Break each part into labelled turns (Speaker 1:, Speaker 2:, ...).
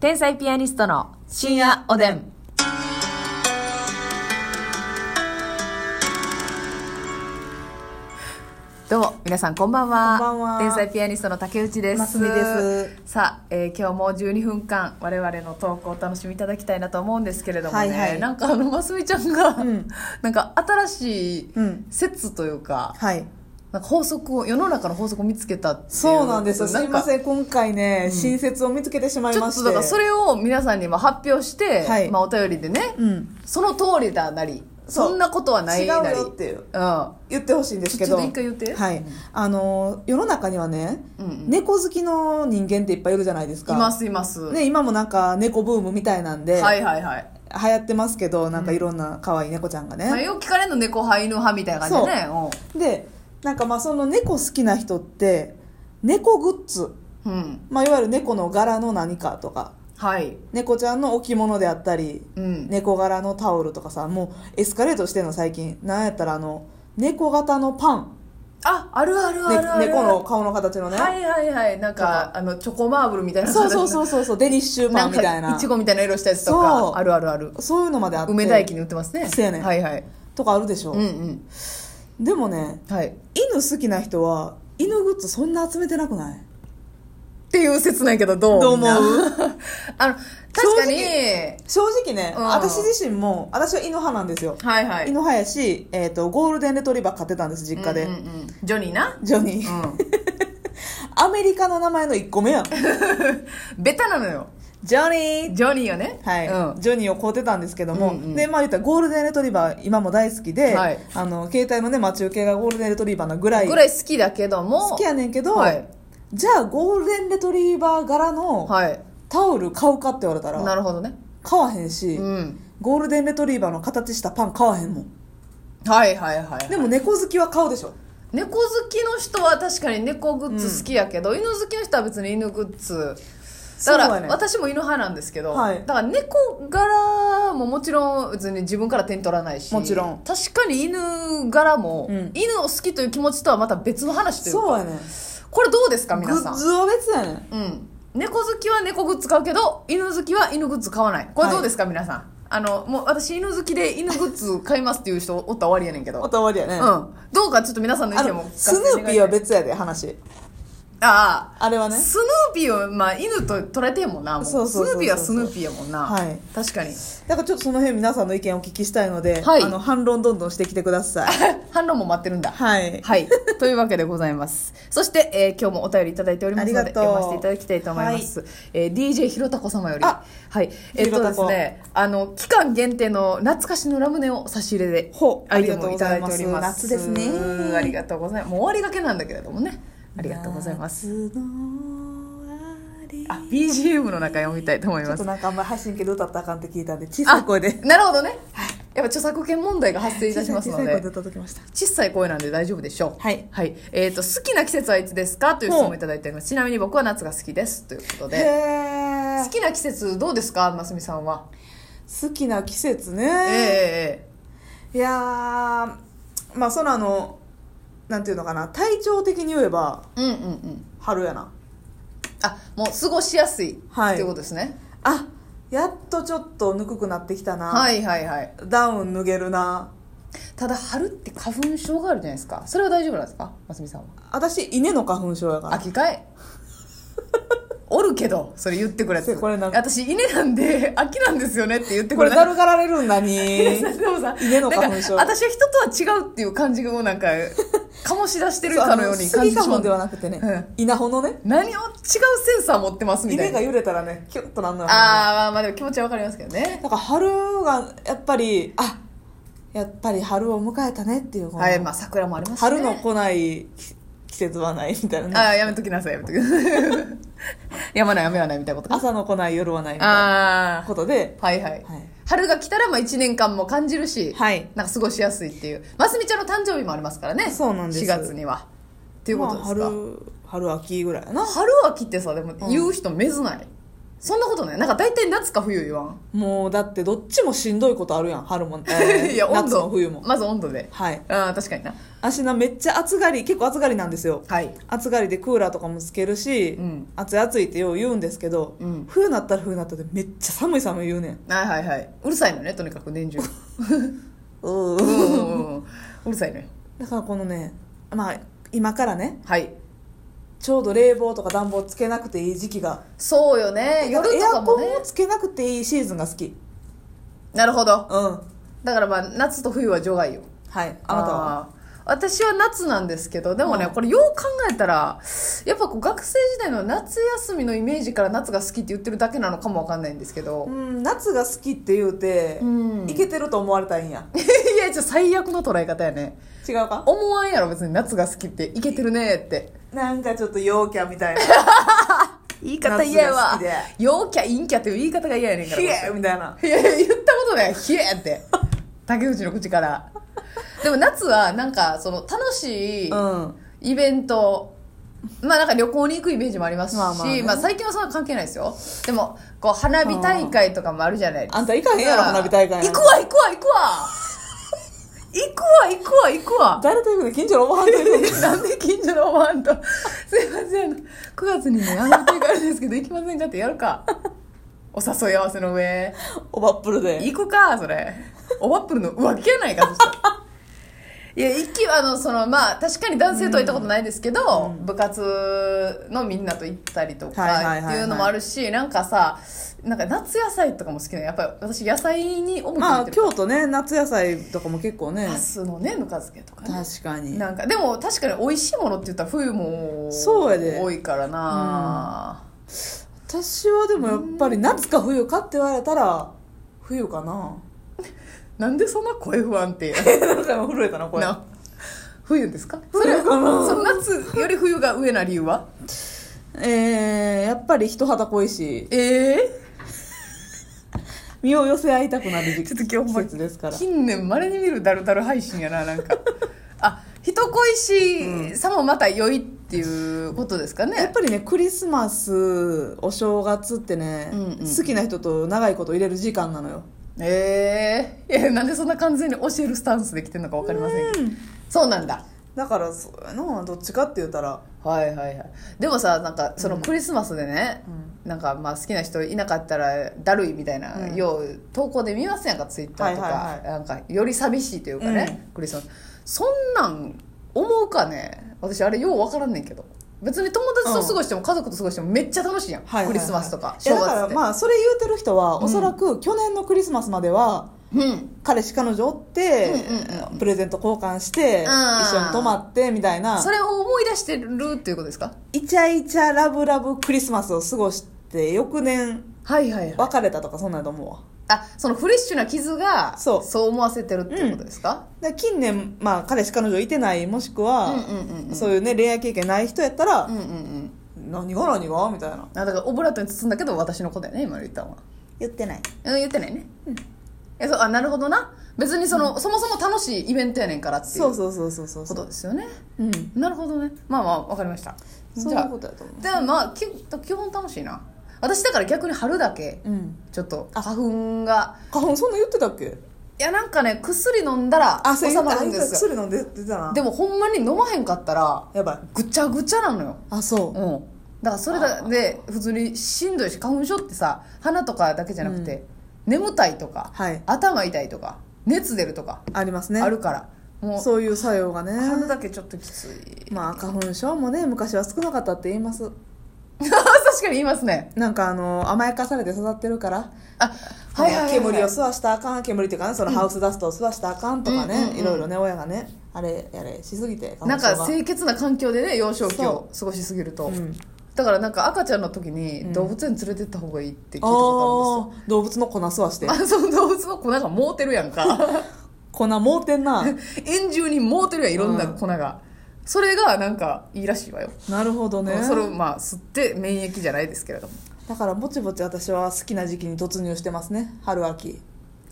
Speaker 1: 天才ピアニストの深夜おでん。どうも皆さんこんばんは。
Speaker 2: こんばんは
Speaker 1: 天才ピアニストの竹内です。
Speaker 2: ますみです
Speaker 1: さあ、えー今日も12分間我々の投稿をお楽しみいただきたいなと思うんですけれどもね。
Speaker 2: はいはい
Speaker 1: なんかあのますみちゃんが、
Speaker 2: ん
Speaker 1: なんか新しい
Speaker 2: うん
Speaker 1: 説というか、
Speaker 2: はい。
Speaker 1: なんか法則を世の中の法則を見つけたっていう
Speaker 2: そうなんですよ。す
Speaker 1: ないんか
Speaker 2: ません。今回ね、新説を見つけてしまい
Speaker 1: ちょ
Speaker 2: ま
Speaker 1: っ
Speaker 2: して。
Speaker 1: とだからそれを皆さんにも発表して、
Speaker 2: はい
Speaker 1: まあ、お便りでね、
Speaker 2: うん。
Speaker 1: その通りだなり
Speaker 2: そ
Speaker 1: そうそんなことはないなり
Speaker 2: 違うよっていう
Speaker 1: うん
Speaker 2: 言ってほしいんですけ
Speaker 1: ちょ
Speaker 2: ど。
Speaker 1: ちょっと一回言って
Speaker 2: はい。あの、世の中にはね、
Speaker 1: うんうん
Speaker 2: 猫好きの人間っていっぱいいるじゃないですか。
Speaker 1: いますいます、
Speaker 2: ね、今もなんか猫ブームみたいなんで、
Speaker 1: はいはいはい、
Speaker 2: 流行ってますけど、なんかいろんな可愛い猫ちゃんが
Speaker 1: まあ、
Speaker 2: ね。
Speaker 1: よく聞かれるの猫派犬派みたいな感じでね
Speaker 2: で、なんかまあその猫好きな人って、猫グッズ、
Speaker 1: うん、うん、
Speaker 2: まあいわゆる猫の柄の何かとか、
Speaker 1: はい
Speaker 2: 猫ちゃんの置物であったり、
Speaker 1: うん
Speaker 2: 猫柄のタオルとかさもうエスカレートしてんの最近なんやったらあの猫型のパン、
Speaker 1: ああるある
Speaker 2: ね
Speaker 1: あるある、
Speaker 2: 猫の顔の形のね、
Speaker 1: はいはいはいなんかあのチョコマーブルみたいな
Speaker 2: そうそう
Speaker 1: う
Speaker 2: そうそうそうデニッシュパ
Speaker 1: な
Speaker 2: ン
Speaker 1: ん
Speaker 2: みたい
Speaker 1: か
Speaker 2: ない
Speaker 1: ちごみたいな色したやつと
Speaker 2: そ
Speaker 1: か
Speaker 2: う
Speaker 1: あるあるある
Speaker 2: そういうのまであって
Speaker 1: 梅田駅に売ってますね
Speaker 2: そうやねん
Speaker 1: はいはい
Speaker 2: とかあるでしょ、
Speaker 1: うんうん
Speaker 2: でもね
Speaker 1: はいっ
Speaker 2: 犬好きな人は犬グッズそんな集めてなくない
Speaker 1: ていう説なんやけどどう
Speaker 2: どう思 う
Speaker 1: みんなあの確かに
Speaker 2: 正直ね、
Speaker 1: うん
Speaker 2: 私自身も私は犬派なんですよ、
Speaker 1: はいはい
Speaker 2: 犬派やし、えー、とゴールデンレトリバー飼ってたんです実家で、
Speaker 1: うんうんうんジョニーな
Speaker 2: ジョニー、
Speaker 1: う
Speaker 2: アメリカの名前の1個目やん
Speaker 1: んベタなのよ
Speaker 2: ジョニー
Speaker 1: ジョニーよね
Speaker 2: はい
Speaker 1: うん
Speaker 2: ジョニーを買うてたんですけども、
Speaker 1: うんうん
Speaker 2: でまあ言ったらゴールデンレトリバー今も大好きで、
Speaker 1: はい
Speaker 2: あの携帯のね待ち受けがゴールデンレトリバーなぐらい
Speaker 1: ぐらい好きだけども
Speaker 2: 好きやねんけど、
Speaker 1: はい
Speaker 2: じゃあゴールデンレトリバー柄の
Speaker 1: はい
Speaker 2: タオル買うかって言われた
Speaker 1: な
Speaker 2: ら
Speaker 1: るほどね
Speaker 2: 買わへんし、
Speaker 1: うん
Speaker 2: ゴールデンレトリバーの形したパン買わへんもん
Speaker 1: はいはいはい
Speaker 2: でも猫好きは買うでしょ
Speaker 1: 猫好きの人は確かに猫グッズ好きやけど、犬好きの人は別に犬グッズだから
Speaker 2: そうやねん
Speaker 1: 私も犬派なんですけど、
Speaker 2: はい
Speaker 1: だから猫柄ももちろん別に自分から手に取らないし
Speaker 2: もちろん
Speaker 1: 確かに犬柄も、
Speaker 2: うん
Speaker 1: 犬を好きという気持ちとはまた別の話という
Speaker 2: そうやねん
Speaker 1: これどうですか
Speaker 2: グ
Speaker 1: 皆さ
Speaker 2: ッ
Speaker 1: ん、
Speaker 2: ズは別やねん
Speaker 1: うん、猫好きは猫グッズ買うけど犬好きは犬グッズ買わないこれどうですか、皆さんあのもう私犬好きで犬グッズ買いますっていう人おったら終わりやねんけど、う
Speaker 2: おたわりやね、
Speaker 1: ん、どうかちょっと皆さんの
Speaker 2: あ
Speaker 1: 意見も
Speaker 2: の
Speaker 1: 聞かせ
Speaker 2: ス
Speaker 1: ていただき
Speaker 2: ヌ
Speaker 1: たい
Speaker 2: ーピーは別やで話
Speaker 1: ああ
Speaker 2: あれはね
Speaker 1: スヌーピーを、まあ、犬と捉えてんもんなもう
Speaker 2: そうそうそうそ
Speaker 1: スヌ
Speaker 2: う
Speaker 1: ーピーはスヌーピーやもんな、
Speaker 2: はい
Speaker 1: 確かに
Speaker 2: だからちょっとその辺皆さんの意見をお聞きしたいので、
Speaker 1: はい
Speaker 2: あの反論どんどんしてきてください
Speaker 1: 反論も待ってるんだ
Speaker 2: はい
Speaker 1: はいというわけでございますそして、えー今日もお便りいただいておりますの
Speaker 2: あ
Speaker 1: で
Speaker 2: りが
Speaker 1: 読
Speaker 2: と
Speaker 1: ませ
Speaker 2: う
Speaker 1: ていただきたいと思います、えー DJ ひろたこ様より
Speaker 2: あ
Speaker 1: はいえっと
Speaker 2: ひろ
Speaker 1: で
Speaker 2: た
Speaker 1: す
Speaker 2: こ
Speaker 1: ねあの期間限定の懐かしのラムネを差し入れで
Speaker 2: ほう
Speaker 1: アイテムをいただいております
Speaker 2: ありがとうございます夏ですね
Speaker 1: ありがとうございますもう終わりがけなんだけれどもねありがとうございます
Speaker 2: 夏の終わり
Speaker 1: あ BGM の中読みたいと思い
Speaker 2: ちょ
Speaker 1: ま
Speaker 2: っ
Speaker 1: す
Speaker 2: となんかあんまり配信けど歌ったらあかんって聞いたんで 小さい声で
Speaker 1: あなるほどねやっぱ著作権問題が発生いたします
Speaker 2: 小
Speaker 1: の
Speaker 2: さい声
Speaker 1: で
Speaker 2: で歌っときました
Speaker 1: 小さい声なんで大丈夫でしょう
Speaker 2: はい
Speaker 1: はいえー、と好きな季節はいつですかという質問をいただいておりますちなみに僕は夏が好きですということで
Speaker 2: へ
Speaker 1: 好きな季節どうですかますみさんは
Speaker 2: ー好きな季節
Speaker 1: ええ
Speaker 2: ね、
Speaker 1: え
Speaker 2: いやーまあそのあのなんていうのかな体調的に言えば
Speaker 1: えうんうんうん
Speaker 2: 春やな
Speaker 1: あもう過ごしやすい、
Speaker 2: はい
Speaker 1: っていうことですね
Speaker 2: あやっとちょっとぬくくなってきたな、
Speaker 1: はいはいはい
Speaker 2: ダウン脱げるな
Speaker 1: ただ春って花粉症があるじゃないですかそれは大丈夫なんですかますみさんは
Speaker 2: 私稲の花粉症やから
Speaker 1: 秋かい おるけどそれ言ってくれ
Speaker 2: せこれなんか
Speaker 1: 私稲なんで秋なんですよねって言ってく
Speaker 2: こ
Speaker 1: れ
Speaker 2: れ
Speaker 1: な
Speaker 2: だるがられるんだ に
Speaker 1: でもさ
Speaker 2: 稲の花粉症
Speaker 1: なんか私は人とは違うっていう感じをなん か醸し出してるかのように感じて
Speaker 2: か
Speaker 1: しま
Speaker 2: も
Speaker 1: う
Speaker 2: ではなくてね、
Speaker 1: うん
Speaker 2: 稲穂のね
Speaker 1: 何を違うセンサー持ってますみた
Speaker 2: 稲
Speaker 1: いな
Speaker 2: が
Speaker 1: あ
Speaker 2: 揺れたらねキュッとなんのよ
Speaker 1: あーまあまあでも気持ちはわかりますけどね
Speaker 2: だから春がやっぱりあやっぱり春を迎えたねっていう、この
Speaker 1: はいまあ桜もありますしね
Speaker 2: 春の来ないき季節はないみたいなね、
Speaker 1: ああやめときなさいやめときな さいやまない雨はないみたいなことか
Speaker 2: 朝の来ない夜はないみたいな
Speaker 1: ああ
Speaker 2: ことで
Speaker 1: はいはい、
Speaker 2: はい
Speaker 1: 春が来たらまあ1年間も感じるし、
Speaker 2: はい
Speaker 1: なんか過ごしやすいっていうますみちゃんの誕生日もありますからね
Speaker 2: そうなんです
Speaker 1: 4月にはっていうことですか、
Speaker 2: まあ春春秋ぐらいやな
Speaker 1: 春秋ってさでも言う人めずない、そんなことないなんか大体夏か冬言わん、
Speaker 2: もうだってどっちもしんどいことあるやん春も、え ー
Speaker 1: いや温
Speaker 2: 夏
Speaker 1: 度
Speaker 2: も冬も
Speaker 1: まず温度で
Speaker 2: はい
Speaker 1: ああ確かにな
Speaker 2: 足なめっちゃ暑がり結構暑がりなんですよ
Speaker 1: はい
Speaker 2: 暑がりでクーラーとかもつけるし、
Speaker 1: うん
Speaker 2: 暑い暑いってよう言うんですけど、
Speaker 1: うん
Speaker 2: 冬なったら冬なったでめっちゃ寒い寒い言うねん
Speaker 1: はいはいはいうるさいのねとにかく年 中
Speaker 2: う
Speaker 1: うんうん
Speaker 2: ん
Speaker 1: うんうるさいのよ
Speaker 2: だからこのねまあ今からね
Speaker 1: はい
Speaker 2: ちょうど冷房とか暖房つけなくていい時期が
Speaker 1: そうよね夜と
Speaker 2: エア
Speaker 1: かも
Speaker 2: コ
Speaker 1: ね
Speaker 2: ンをつけなくていいシーズンが好きうん
Speaker 1: なるほど
Speaker 2: は
Speaker 1: だからまあ夏と冬は除外よ
Speaker 2: いあなたは
Speaker 1: あー私は夏なんですけどでもね、
Speaker 2: うん
Speaker 1: これよう考えたらやっぱこう学生時代の夏休みのイメージから夏が好きって言ってるだけなのかもわかんないんですけど
Speaker 2: う、ん夏が好きって言うて、
Speaker 1: うん
Speaker 2: いけてると思われたいんや
Speaker 1: いやちょ最悪の捉え方やね
Speaker 2: 違うか
Speaker 1: 思わんやろ別に夏が好きっていけてるねって
Speaker 2: なんかちょっと陽キャみたい な
Speaker 1: 言い方嫌やわ
Speaker 2: 夏が好
Speaker 1: 陽キャ陰キャっていう言い方が嫌やねんから
Speaker 2: ヒエーみたいない
Speaker 1: や言ったことない「ひえ」って竹内の口からでも夏はなんかその楽しい
Speaker 2: うん
Speaker 1: イベント、まあなんか旅行に行くイメージもありますし、ま
Speaker 2: ま
Speaker 1: あ
Speaker 2: あまあね
Speaker 1: 最近はそんな関係ないですよでもこう花火大会とかもあるじゃないですか
Speaker 2: あんた行かへんやろ花火大会
Speaker 1: 行くわ行くわ行くわ行くわ行くわ行くわ
Speaker 2: 誰と行くの近所のおばはんと行く の
Speaker 1: なんで近所のおばあんと 「すいません9月にね花火大会あるんですけど行きませんか?」ってやるかお誘い合わせの上
Speaker 2: おばっぷるで
Speaker 1: 行くかそれおバップルの浮気やないかそした らいや一気はあのそのまあ確かに男性とは行ったことないですけど、部活のみんなと行ったりと
Speaker 2: はいは
Speaker 1: か
Speaker 2: いはい
Speaker 1: っ
Speaker 2: は
Speaker 1: て
Speaker 2: い
Speaker 1: いうのもあるしなんかさなんか夏野菜とかも好きなのやっぱり私野菜に重き
Speaker 2: ま
Speaker 1: を置い
Speaker 2: あ
Speaker 1: てる
Speaker 2: 京都ね夏野菜とかも結構ね
Speaker 1: ナスのねぬか漬けとかね
Speaker 2: 確かに
Speaker 1: なんかでも確かに美味しいものって言ったら冬も
Speaker 2: そうやで
Speaker 1: 多いからな、
Speaker 2: 私はでもやっぱり夏か冬かって言われたら冬かな
Speaker 1: なんでそんな声不安定や
Speaker 2: なんか今震えたなこれ
Speaker 1: な冬ですかそれ
Speaker 2: 冬かな
Speaker 1: その夏より冬が上な理由は
Speaker 2: えー、やっぱり人肌恋しい
Speaker 1: ええ
Speaker 2: 身を寄せ合いたくなる時期
Speaker 1: ちょっと今日ほ
Speaker 2: 季
Speaker 1: んま
Speaker 2: 節ですから
Speaker 1: 近年まれに見るダルダル配信やな なんかあ人恋しさもまた良いっていうことですか
Speaker 2: やっ
Speaker 1: ね
Speaker 2: ぱりねクリスマスお正月ってね、
Speaker 1: うんうん
Speaker 2: 好きな人と長いこと入れる時間なのよ
Speaker 1: ええいやなんでそんな完全に教えるスタンスで来てるのか分かりませんけどそうなんだ
Speaker 2: だからそうやなどっちかって言ったら
Speaker 1: はいはいはいでもさなんかそのクリスマスでね、なんかまあ好きな人いなかったらだるいみたいな、
Speaker 2: うん
Speaker 1: よう投稿で見ますやんかツイッターとか、
Speaker 2: はいはいはい
Speaker 1: なんかより寂しいというかね、クリスマスそんなん思うかね私あれよう分からんねんけど別に友達と過ごしても家族と過ごしてもめっちゃ楽しいやん、
Speaker 2: はいはいはい
Speaker 1: クリスマスとか
Speaker 2: いや
Speaker 1: 正
Speaker 2: だか
Speaker 1: 月っ
Speaker 2: ら
Speaker 1: て、
Speaker 2: まあそれ言うてる人はおそらく去年のクリスマスまでは
Speaker 1: うん
Speaker 2: 彼氏彼女おって
Speaker 1: うんうんう
Speaker 2: プレゼント交換して一緒に泊まってみたいな
Speaker 1: それを思い出してるっていうことですか
Speaker 2: イチャイチャラブラブクリスマスを過ごして翌年
Speaker 1: はいはいはい
Speaker 2: 別れたとかそんなんやと思うわ
Speaker 1: あそのフレッシュな傷が
Speaker 2: そう
Speaker 1: そう思わせてるっていうことですか、
Speaker 2: だから近年、まあ、彼氏彼女いてないもしく
Speaker 1: うん、
Speaker 2: は、
Speaker 1: うんうんうん
Speaker 2: そういうね恋愛経験ない人やったら、
Speaker 1: うんうんうん
Speaker 2: 何が何がみたいな
Speaker 1: あだからオブラートに包んだけど私のことやね今の言ったのは
Speaker 2: 言ってない
Speaker 1: うん言ってないねえそうあなるほどな別にその、そもそも楽しいイベントやねんからっていう
Speaker 2: そうそうそうそうそう
Speaker 1: こ
Speaker 2: そ
Speaker 1: と
Speaker 2: う
Speaker 1: ですよね
Speaker 2: うん
Speaker 1: なるほどねまあまあわかりました
Speaker 2: そう
Speaker 1: じ
Speaker 2: い
Speaker 1: ゃ
Speaker 2: う
Speaker 1: あ
Speaker 2: ことだと思
Speaker 1: じゃあまあき基本楽しいな私だから逆に春だけ
Speaker 2: ううん
Speaker 1: ちょっと
Speaker 2: あ
Speaker 1: 花粉が
Speaker 2: 花粉そんな言ってたっけ
Speaker 1: いやなんかね薬飲んだら
Speaker 2: あそう
Speaker 1: 収
Speaker 2: 言
Speaker 1: まるんですよ
Speaker 2: 薬飲んで出てたな
Speaker 1: でもほんまに飲まへんかったら
Speaker 2: やばい
Speaker 1: ぐちゃぐちゃなのよ
Speaker 2: あそう
Speaker 1: うんだからそれ
Speaker 2: あ
Speaker 1: だ
Speaker 2: ー
Speaker 1: で普通にしんどいし花粉症ってさ鼻とかだけじゃなくて、眠たいとか、
Speaker 2: はい
Speaker 1: 頭痛いとか熱出るとか、
Speaker 2: ありますね
Speaker 1: あるからもう
Speaker 2: そういう作用がね
Speaker 1: 春だけちょっときつい
Speaker 2: まあ花粉症もね昔は少なかったって言います
Speaker 1: 確かに言いますね
Speaker 2: なんかあの甘やかされて育ってるから、
Speaker 1: あはいはいはい、はい、
Speaker 2: 煙を吸わしたらあかん煙っていうかねそのハウスダストを吸わしたらあかんとかね、
Speaker 1: うんうんうん
Speaker 2: いろいろね親がねあれやれしすぎて
Speaker 1: な
Speaker 2: 花
Speaker 1: ん
Speaker 2: 粉症が
Speaker 1: か清潔な環境でね幼少期を過ごしすぎると、
Speaker 2: うん
Speaker 1: だからなんか赤ちゃんの時に動物園連れてった方がいいって聞いたことあるんですよ
Speaker 2: あー動物の粉吸わして
Speaker 1: あその動物の粉がもうてるや んか
Speaker 2: 粉もうて んな
Speaker 1: 円柱にもうてるやんいろんな粉が、それがなんかいいらしいわよ
Speaker 2: なるほどね
Speaker 1: それをまあ吸って免疫じゃないですけれども
Speaker 2: だからぼちぼち私は好きな時期に突入してますね春秋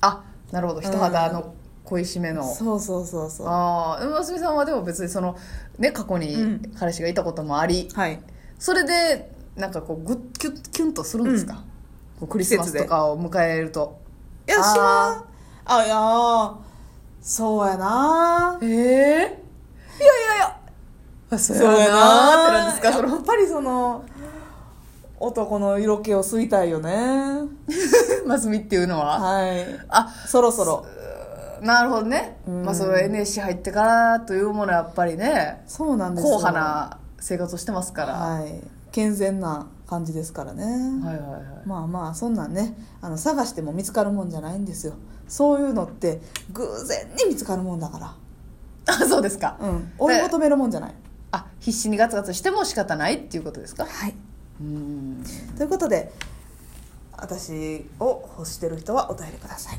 Speaker 1: あなるほど人肌の恋しめの、
Speaker 2: そうそうそうそう
Speaker 1: ああでもますみさんはでも別にそのね過去
Speaker 2: う
Speaker 1: に
Speaker 2: ん
Speaker 1: 彼氏がいたこともあり、
Speaker 2: はい
Speaker 1: それでなんかこうグッキュッキュンとするんですか、
Speaker 2: こうク
Speaker 1: ク
Speaker 2: リ
Speaker 1: リ
Speaker 2: ス
Speaker 1: ス
Speaker 2: マ
Speaker 1: マ
Speaker 2: ス
Speaker 1: ス
Speaker 2: で
Speaker 1: とかを迎えると
Speaker 2: いや
Speaker 1: あー
Speaker 2: 私はあいやーそうやな
Speaker 1: ええいやいやいやあそう
Speaker 2: そう
Speaker 1: や
Speaker 2: や
Speaker 1: な
Speaker 2: な
Speaker 1: ーってなんですかそ
Speaker 2: やっ
Speaker 1: の
Speaker 2: ぱりその男の色気を吸いたいよね
Speaker 1: マスミっていうのは
Speaker 2: はい
Speaker 1: あ
Speaker 2: そろそろ
Speaker 1: なるほどね、
Speaker 2: うん
Speaker 1: まあ、その NSC 入ってからというものはやっぱりね
Speaker 2: そうなんです
Speaker 1: 硬
Speaker 2: よ
Speaker 1: 派な生活をしてますから、
Speaker 2: はい健全な感じですからね、
Speaker 1: はいはいはい
Speaker 2: まあまあそんなんねあの探しても見つかるもんじゃないんですよそういうのって偶然に見つかるもんだか、
Speaker 1: あそうですから
Speaker 2: うん、追い求めるもんじゃない
Speaker 1: あ必死にガツガツしても仕方ないっていうことですか
Speaker 2: はい
Speaker 1: うん
Speaker 2: ということで私を欲してる人はお便りください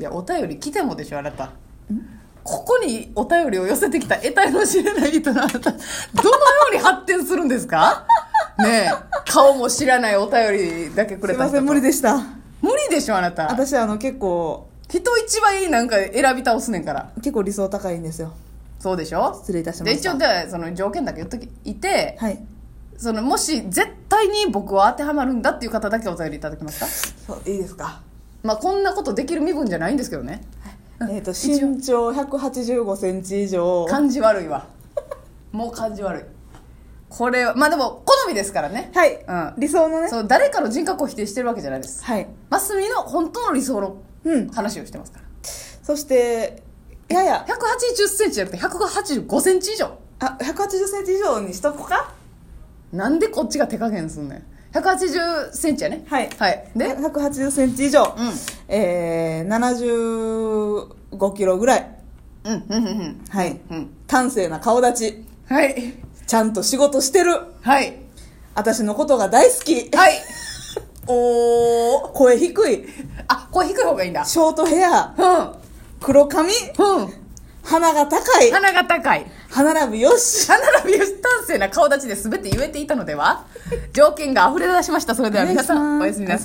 Speaker 1: いやお便り来てもでしょあなたここにお便りを寄せてきた得体の知れない人のあなたどのように発展するんです かねえ顔も知らないお便りだけく
Speaker 2: す
Speaker 1: れ
Speaker 2: い
Speaker 1: た
Speaker 2: ま
Speaker 1: 人
Speaker 2: せん無理でした
Speaker 1: 無理でしょあなた
Speaker 2: 私あの結構
Speaker 1: 人一倍なんか選び倒すねんから
Speaker 2: 結構理想高いんですよ
Speaker 1: そうでしょ
Speaker 2: 失礼いたしま
Speaker 1: で
Speaker 2: し
Speaker 1: 一
Speaker 2: た
Speaker 1: 応じゃあその条件だけ言っときいて
Speaker 2: はい
Speaker 1: そのもし絶対に僕は当てはまるんだっていう方だけお便りいただけますか
Speaker 2: そういいですか
Speaker 1: まあこんなことできる身分じゃないんですけどね
Speaker 2: えっ、と身長1 8 5センチ以上
Speaker 1: 感じ悪いわもう感じ悪いこれはまあでも好みですからね
Speaker 2: はい、
Speaker 1: うん
Speaker 2: 理想のね
Speaker 1: そう誰かの人格を否定してるわけじゃないです
Speaker 2: はい
Speaker 1: マスミの本当の理想の
Speaker 2: うん
Speaker 1: 話をしてますから
Speaker 2: そしてやや
Speaker 1: 1 8 0ンチじゃなくて1 8 5センチ以上
Speaker 2: あ1 8 0ンチ以上にしとこうか
Speaker 1: なんでこっちが手加減すんねん1 8 0ンチやね
Speaker 2: はい
Speaker 1: はいで
Speaker 2: 1 8 0ンチ以上、
Speaker 1: うん
Speaker 2: えー、75キロぐらい
Speaker 1: うんうんうんうん
Speaker 2: はい
Speaker 1: うん
Speaker 2: 端正な顔立ち
Speaker 1: はい
Speaker 2: ちゃんと仕事してる
Speaker 1: はい
Speaker 2: 私のことが大好き
Speaker 1: はい おー
Speaker 2: 声低い
Speaker 1: あこれ低い方がいいんだ
Speaker 2: ショートヘア
Speaker 1: うん
Speaker 2: 黒髪
Speaker 1: うん
Speaker 2: 鼻が高い
Speaker 1: 鼻が高い
Speaker 2: 歯並びよし
Speaker 1: 歯並びを端正な顔立ちで全て言えていたのでは条件が溢れ出しましたそれでは皆さんおやすみなさい